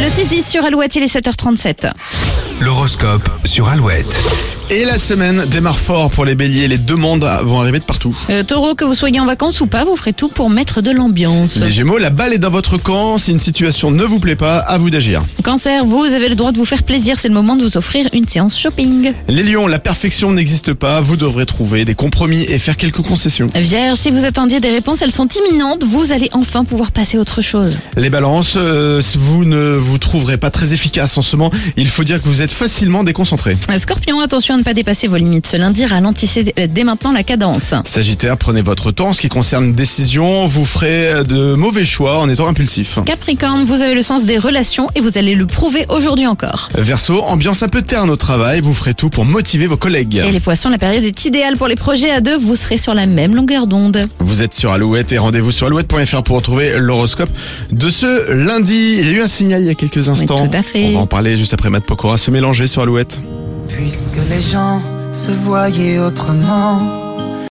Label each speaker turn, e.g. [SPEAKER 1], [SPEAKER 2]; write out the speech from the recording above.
[SPEAKER 1] Le 6-10 sur Alouette, il est 7h37.
[SPEAKER 2] L'horoscope sur Alouette.
[SPEAKER 3] Et la semaine démarre fort pour les béliers. Les demandes vont arriver de partout.
[SPEAKER 1] Euh, taureau, que vous soyez en vacances ou pas, vous ferez tout pour mettre de l'ambiance.
[SPEAKER 3] Les gémeaux, la balle est dans votre camp. Si une situation ne vous plaît pas, à vous d'agir.
[SPEAKER 1] Cancer, vous avez le droit de vous faire plaisir, c'est le moment de vous offrir une séance shopping.
[SPEAKER 3] Les lions, la perfection n'existe pas. Vous devrez trouver des compromis et faire quelques concessions.
[SPEAKER 1] Vierge, si vous attendiez des réponses, elles sont imminentes, vous allez enfin pouvoir passer à autre chose.
[SPEAKER 3] Les balances, euh, vous ne vous trouverez pas très efficace en ce moment. Il faut dire que vous êtes facilement déconcentré.
[SPEAKER 1] Euh, Scorpion, attention à ne pas dépasser vos limites. Ce lundi, ralentissez euh, dès maintenant la cadence.
[SPEAKER 3] Sagittaire, prenez votre temps. En ce qui concerne une décision, vous ferez de mauvais choix en étant impulsif.
[SPEAKER 1] Capricorne, vous avez le sens des relations et vous allez le prouver aujourd'hui encore.
[SPEAKER 3] Verseau, ambiance un peu terne au travail. Vous ferez tout pour motiver vos collègues.
[SPEAKER 1] Et les poissons, la période est idéale pour les projets à deux, vous serez sur la même longueur d'onde.
[SPEAKER 3] Vous êtes sur Alouette et rendez-vous sur alouette.fr pour retrouver l'horoscope de ce lundi. Il y a eu un signal il y a quelques instants.
[SPEAKER 1] tout à fait.
[SPEAKER 3] On va en parler juste après Matt Pokora se mélanger sur Alouette.
[SPEAKER 4] Puisque les gens se voyaient autrement,